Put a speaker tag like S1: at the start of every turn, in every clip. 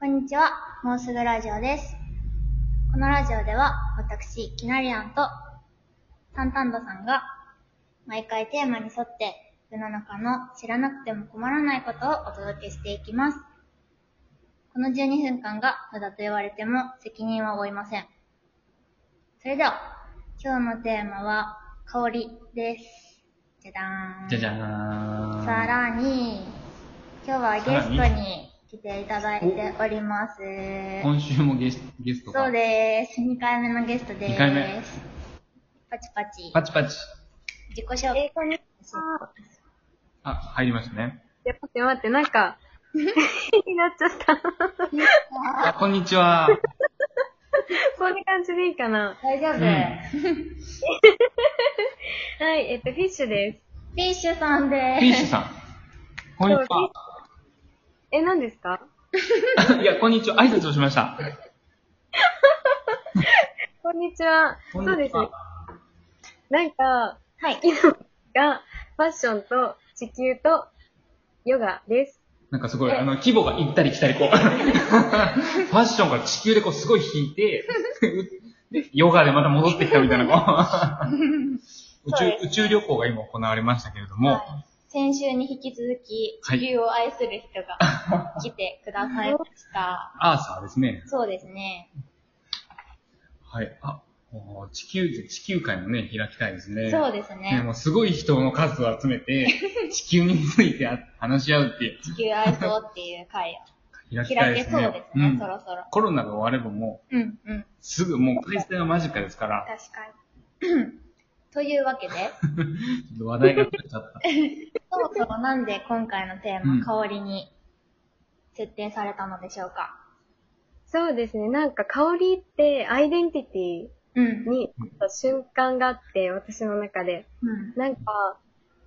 S1: こんにちは、もうすぐラジオです。このラジオでは、私、きなりあんと、タンタンドさんが、毎回テーマに沿って、世の中の知らなくても困らないことをお届けしていきます。この12分間が無駄と言われても責任は負いません。それでは、今日のテーマは、香りです。じゃじゃーん。
S2: じゃじゃーん。
S1: さらに、今日はゲスト
S2: さら
S1: に来ていただいております。
S2: 今週もゲスゲストが。
S1: そうです。2回目のゲストです。
S2: 二回目
S1: パチパチ。
S2: パチパチ。
S1: 自己紹介。
S3: えー、こんにちは。
S2: あ、入りましたね。
S3: いや待って待って、なんか、 になっちゃった。
S2: あ、こんに ちは。
S3: こんな感じでいいかな。
S1: 大丈夫、
S2: うん
S3: はい、えっと、フィッシュです。
S1: フィッシュさんで
S2: フィッ
S1: す。
S2: シュさん。こんにちは。
S3: え、何ですか
S2: いや、こんにちは。挨拶をしました。
S3: こんにちは。
S2: こ
S3: そ
S2: んにちは
S3: うですね。なんか、
S1: はい。
S3: が、ファッションと地球とヨガです。
S2: なんかすごい、あの、規模が行ったり来たり、こう。フ ァッションが地球でこう、すごい引いて、で、ヨガでまた戻ってきたみたいな、こ う。宇
S1: そうです
S2: 宙、宇宙旅行が今行われましたけれども、
S1: はい先週に引き続き、
S2: はい
S1: 地球を愛する人 が来てくださいました。
S2: アーサーですね。
S1: そうですね。
S2: はい。あ、おー地球、地球会もね、開きたいですね。
S1: そうです
S2: ね、
S1: ね。
S2: もうすごい人の数を集 めて、地球についてあ話し合うっていう、
S1: 地球愛そうっていう会
S2: 開
S1: を
S2: きた
S1: 開
S2: いで
S1: け
S2: す
S1: そ
S2: ね。
S1: うですね、
S2: ん
S1: そろそろ。
S2: コロナが終わればもう、
S1: うん、うん。
S2: すぐもう開催は間近ですから、
S1: 確かに。 というわけで、
S2: ちょっと話題が取れちゃった。
S1: そもそもなんで今回のテー
S2: うん
S1: マ、香りに設定されたのでしょうか。
S3: そうですね、なんか香りってアイデンティテ
S1: うん
S3: ィ。に瞬間があって、私の中で。
S1: うん。
S3: なんか、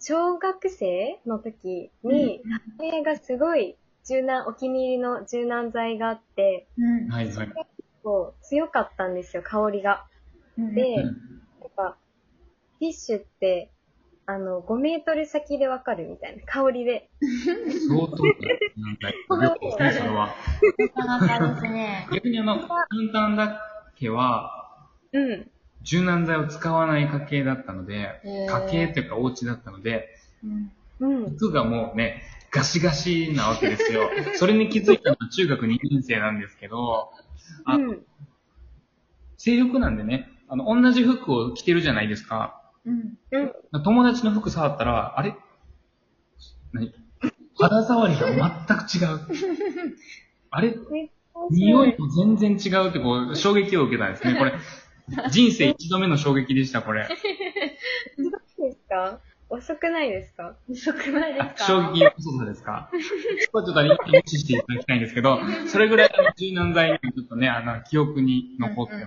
S3: 小学生の時に、母親がすごい柔軟、お気に入りの柔軟剤があって、
S1: うん。
S2: はいはい。
S3: こう強かったんですよ、香りが。
S1: うん
S3: で、
S2: うん
S3: なんか、フィッシュって、あの、5メートル先でわかるみたいな、香りで。
S2: 相当なんか、旅行ですね、それは。
S1: なかなかですね。
S2: 逆にあの、簡単だけは、
S3: うん。
S2: 柔軟剤を使わない家系だったので、
S1: へー
S2: 家系というかお家だったので、
S1: うん。
S3: うん。
S2: 服がもうね、ガシガシなわけですよ。それに気づいたのは中学2年生なんですけど、あ
S3: うん。
S2: 制服なんでね、あの、同じ服を着てるじゃないですか。
S1: うん。
S3: うん。
S2: 友達の服触ったら、あれ何肌触りが全く違う。 あれ
S3: めっちゃ面白
S2: 匂いも全然違うってこう、衝撃を受けたんですね。これ、人生一度目の衝撃でした、これ。
S3: いですか遅くないですか
S1: 遅くないで
S2: あ
S1: すか
S2: 衝撃こそですかそこはちょっと一気に無視していただきたいんですけど、それぐらいあの柔軟剤にちょっとね、あの、記憶に残ってます。
S1: うんうんうん。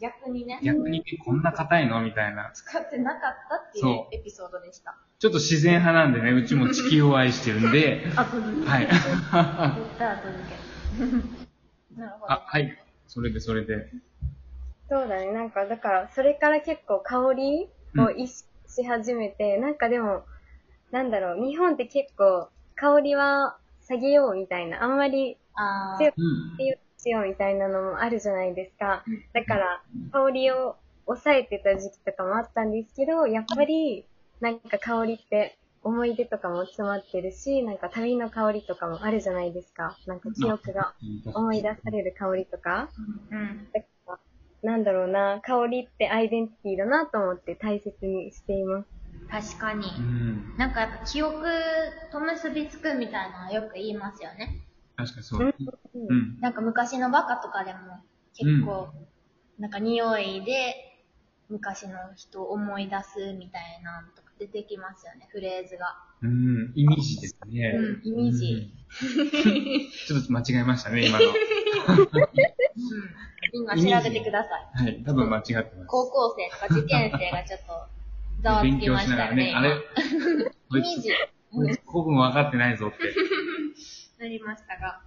S1: 逆にね、
S2: 逆にねこんな硬いのみたいな。
S1: 使ってなかったっていう
S2: そ
S1: エピソードでした。
S2: ちょっと自然派なんでね、うちも地球を愛してるんで、
S1: 後付
S2: はい。
S1: け。言った後付け。なるほど
S2: あ、。はい。それで、それで。
S3: そうだね。なんか、だから、それから結構香りを意識し始めて、なんかでも、なんだろう、日本って結構、香りは下げようみたいな、あんまり
S1: あー
S3: 強く
S2: うん。
S3: しようみたいなのもあるじゃないですか
S1: うん。
S3: だから、香りを抑えてた時期とかもあったんですけど、やっぱり、なんか香りって思い出とかも詰まってるし、なんか旅の香りとかもあるじゃないですか。なんか記憶が思い出される香りとか。
S1: うん。
S3: だからなんだろうな、香りってアイデンティティだなと思って大切にしています。。
S1: 確かに。
S2: うん。
S1: なんかやっぱ記憶と結びつくみたいなのよく言いますよね。
S2: 確かにそうう。うんん。
S1: なんか昔のバカとかでも結構、なんか匂いで昔の人を思い出すみたいなのとか出てきますよね、フレーズが。
S2: うん。イミジですね。
S1: うんイミジ
S2: うん。ちょっと間違えましたね、今の。
S1: うん。今調べてください。
S2: はい。多分間違ってます。
S1: 高校生とか受験生がちょっとざわつ
S2: 勉
S1: き
S2: 強
S1: ま
S2: し
S1: し
S2: なが
S1: たよ
S2: ら
S1: ね。
S2: ね、あれ、こ
S1: 今イメ
S2: い
S1: ー
S2: つ、
S1: ジ
S2: こいつ古文分かってないぞって。
S1: なりましたが。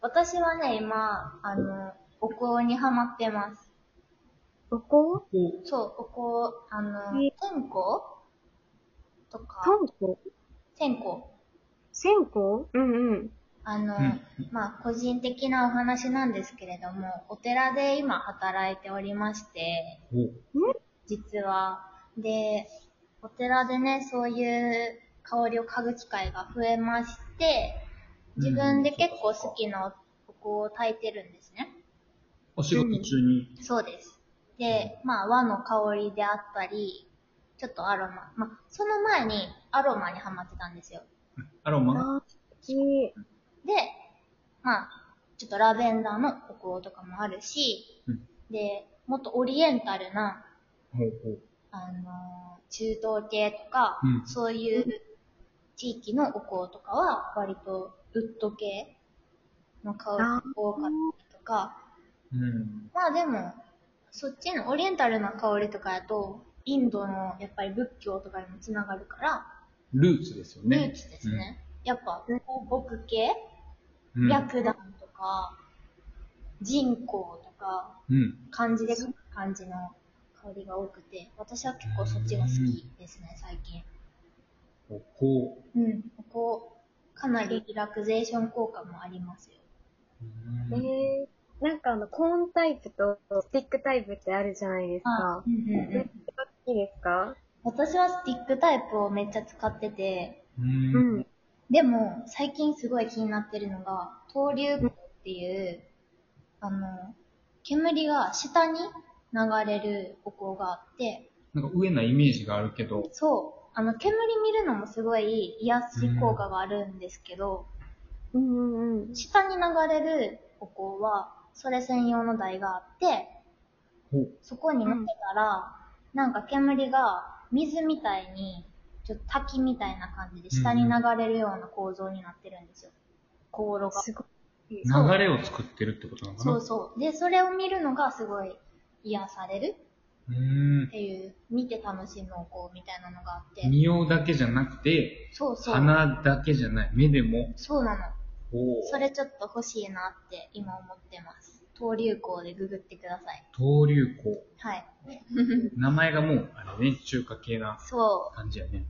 S1: 私はね、今、あの、お香にハマってます。
S3: ここ
S1: そう、お香、あの、
S3: え
S1: 線香とか、
S3: トンコ
S1: 線香。
S3: 線香うんうん。
S1: あの、
S2: うん
S1: まあ、個人的なお話なんですけれども、お寺で今働いておりまして、
S2: お
S1: 実は。で、お寺でね、そういう香りを嗅ぐ機会が増えまして、自分で結構好きなお香を焚いてるんですね。
S2: お仕事中に。
S1: そうです。で、まあ、和の香りであったり、ちょっとアロマ。まあ、その前にアロマにハマってたんですよ。
S2: アロマが
S3: あー
S1: で、まあ、ちょっとラベンダーのお香とかもあるし、
S2: うん
S1: で、もっとオリエンタルな、
S2: ほうほう。
S1: あのー中東系とか、
S2: うん
S1: そういう地域のお香とかは、割とウッド系の香りが多かったりとか、
S2: うん。
S1: まあでも、そっちのオリエンタルな香りとかやと、インドのやっぱり仏教とかにもつながるから、
S2: ルーツですよね。
S1: ルーツですね。やっぱ、王国系、
S2: うん。うん。
S1: 白檀とか、人工とか、
S2: うん。
S1: 漢字で書く感じの香りが多くて、私は結構そっちが好きですね、最近。
S2: おこ
S1: うん。ここ、かなりリラクゼーション効果もありますよ。
S2: う。
S3: え
S2: うん
S3: ー、なんかあの、コーンタイプとスティックタイプってあるじゃないですか。
S1: うんうんう
S3: どっ
S1: ん。
S3: ちが好きですか
S1: 私はスティックタイプをめっちゃ使ってて、
S2: うん
S3: う。ん。
S1: でも、最近すごい気になってるのが、登竜口っていう、あの、煙が下に流れるお香があって、
S2: なんか上なイメージがあるけど、
S1: そう、あの、煙見るのもすごい癒し効果があるんですけど、
S3: うんうんうん。
S1: 下に流れるお香は、それ専用の台があって、
S2: ほう。
S1: そこに乗ってたら、なんか煙が水みたいに、ちょっと滝みたいな感じで下に流れるような構造になってるんですよ。香炉が。
S3: すごい。
S1: そう
S2: 流れを作ってるってことなのかな
S1: そうそう。で、それを見るのがすごい癒される
S2: うーん
S1: っ。ていう、見て楽しむお香みたいなのがあって。
S2: 匂いだけじゃなくて、
S1: そうそう。
S2: 鼻だけじゃない、目でも。
S1: そうなの。
S2: お
S1: それちょっと欲しいなって今思ってます。登竜口でググってください。
S2: 登竜口。
S1: はい。
S2: 名前がもう、あれね、中華系な
S1: そう。
S2: 感じやね。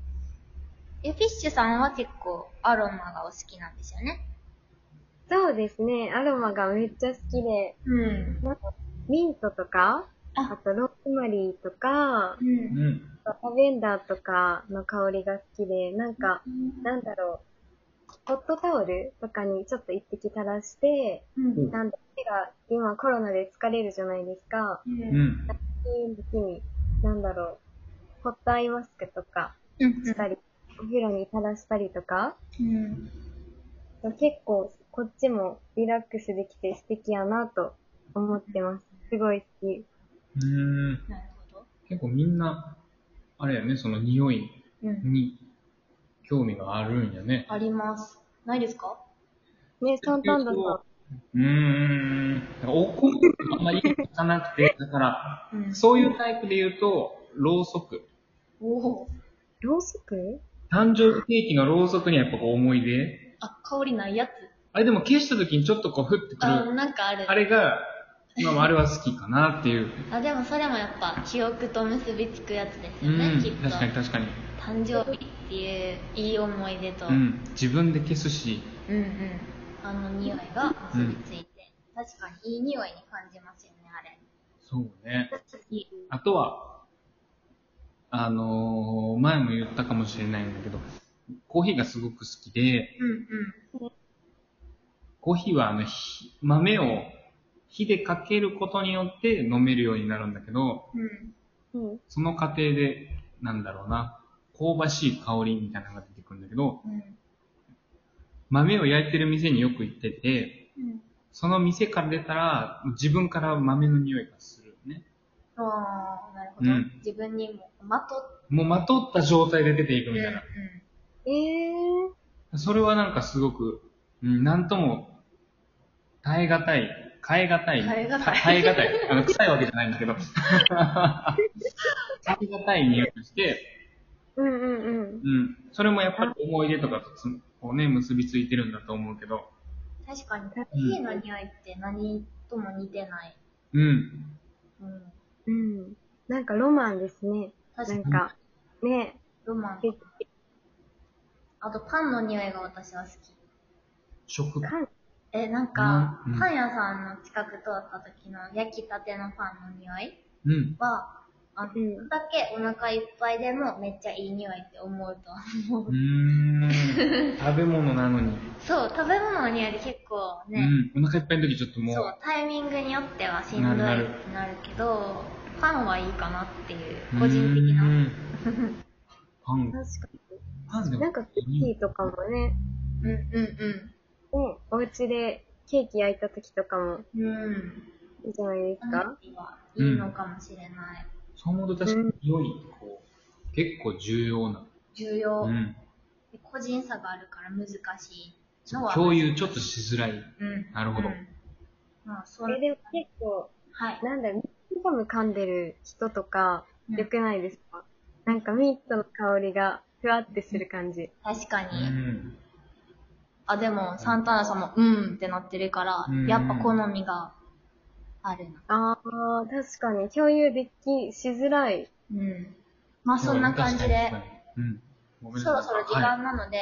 S1: え、フィッシュさんは結構アロマがお好きなんですよね。
S3: そうですね。アロマがめっちゃ好きで、
S1: うん。
S3: なんかミントとか、
S1: あ
S3: あとローズマリーとか
S1: う、。
S2: うんん。
S3: あとラベンダーとかの香りが好きで、なんか、なんだろう、ホットタオルとかにちょっと一滴垂らして、
S1: うん。
S3: なんだ、手が今コロナで疲れるじゃないですか。
S1: う。
S2: うんん。
S3: そういう時に、なんだろう、ホットアイマスクとか
S1: うん。
S3: したり、お風呂に垂らしたりとか、
S1: うん。
S3: 結構こっちもリラックスできて素敵やなと思ってます。すごい好き。
S2: うーん。
S1: なるほど。
S2: 結構みんな、あれやね、その匂い
S1: うん。
S2: に興味があるんやね。
S1: あります。ないですか
S3: ね、サンタンドさ
S2: うーん。なんかお香ってあんまり聞かなくて、だから、
S1: うん
S2: そういうタイプで言うと、ろうそく。
S1: おお。
S3: ん、ろうそく
S2: 誕生日ケーキのろうそくにはやっぱこう思い出。
S1: あ、香りないやつ。
S2: あれでも消した時にちょっとこうふってく
S1: あ、
S2: る。
S1: なんかある。
S2: あれが、まあまああれは好きかなっていう。
S1: あでもそれもやっぱ記憶と結びつくやつです
S2: う
S1: よね、
S2: ん
S1: きっ。と
S2: 確かに確かに。
S1: 誕生日っていういい思い出と、
S2: うん。自分で消すし。
S1: うんうんあの匂いが結びついて、確かにいい匂いに感じますよねあれ
S2: そうね。
S1: いい
S2: あとは、あのー前も言ったかもしれないんだけど、コーヒーがすごく好きで、
S1: うん
S2: コーヒーはあの、ひ豆を火でかけることによって飲めるようになるんだけど、
S1: うんうん
S3: うん。
S2: その過程で、なんだろうな、香ばしい香りみたいなのが出てくるんだけど、
S1: うん
S2: 豆を焼いてる店によく行ってて、
S1: うん
S2: その店から出たら、自分から豆の匂いがするよね。
S1: ああなるほど、
S2: うん
S1: 自分にもまとっ
S2: もうまとった状態で出てい
S1: て
S2: くみたいな。
S3: えー、
S2: それはなんかすごく、うん、なんとも、耐え難い、変え難い、
S1: 変え難い
S2: た耐え難い、あの、臭いわけじゃないんだけど、 耐え難い匂いがして、
S3: うんうんうん。
S2: うん、それもやっぱり思い出とかとつ、こうね、結びついてるんだと思うけど、
S1: 確かにコーヒーの匂いって何とも似てない、
S2: うん、
S1: うん、
S3: うん。なんかロマンですね。な
S1: 確
S3: ん
S1: かに
S3: か、ね、
S1: ロマン
S3: で
S1: あとパンの匂いが私は好き
S2: 食
S3: かん
S1: え、なんか、
S2: うんうん
S1: パン屋さんの近く通った時の焼きたてのパンの匂い
S2: うん。
S1: は、あの、
S3: うん
S1: だけお腹いっぱいでもめっちゃいい匂いって思うと思う。
S2: うーん。食べ物なのに。
S1: そう、食べ物の匂いで結構ね、
S2: うん。お腹いっぱいの時ちょっともう。
S1: そう、タイミングによってはしんどいって
S2: なる
S1: なるけど、パンはいいかなっていう、個人的
S2: う
S1: な。
S2: ん。パン、
S3: 確か
S2: パンで
S3: に。
S2: も。
S3: なんかクッキーとかもね、
S1: うんうん
S3: ね、お家でケーキ焼いた時とかも
S1: うん。うん。
S3: いいじゃないです
S1: パン
S3: か。
S1: はいいのかもしれない。
S2: そう思うと確かに匂い、こう、結構重要な。
S1: 重要、
S2: うん。
S1: 個人差があるから難しいのは。
S2: 共有ちょっとしづらい。
S1: うん。
S2: なるほど
S1: うんまあ、そ
S3: え、
S1: れ
S3: でも結構、
S1: はい。
S3: なんだろう、ミットガム噛んでる人とか、
S1: うん
S3: 良くないですか、なんかミートの香りがふわってする感じ。
S1: 確かに。
S2: うん。
S1: あ、でも、サンタナさんも、うんってなってるから、
S2: うん
S1: やっぱ好みがあるな。
S3: ああ、確かに共有できしづらい。
S1: うん。まあ、そんな感じで
S2: 確か、に。確かにうん。ごめんな
S1: そ
S2: さい
S1: ろそろ時間
S2: はい
S1: なので、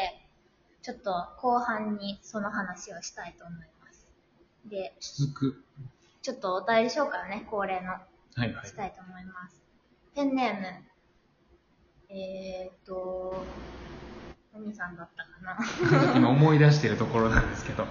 S1: ちょっと後半にその話をしたいと思います。で、
S2: 続く。
S1: ちょっとお便り紹介をね、恒例の
S2: はいはい
S1: し。 たいと思います。ペンネーム、えーっと、何さんだったかな。
S2: 今思い出してるところなんですけど。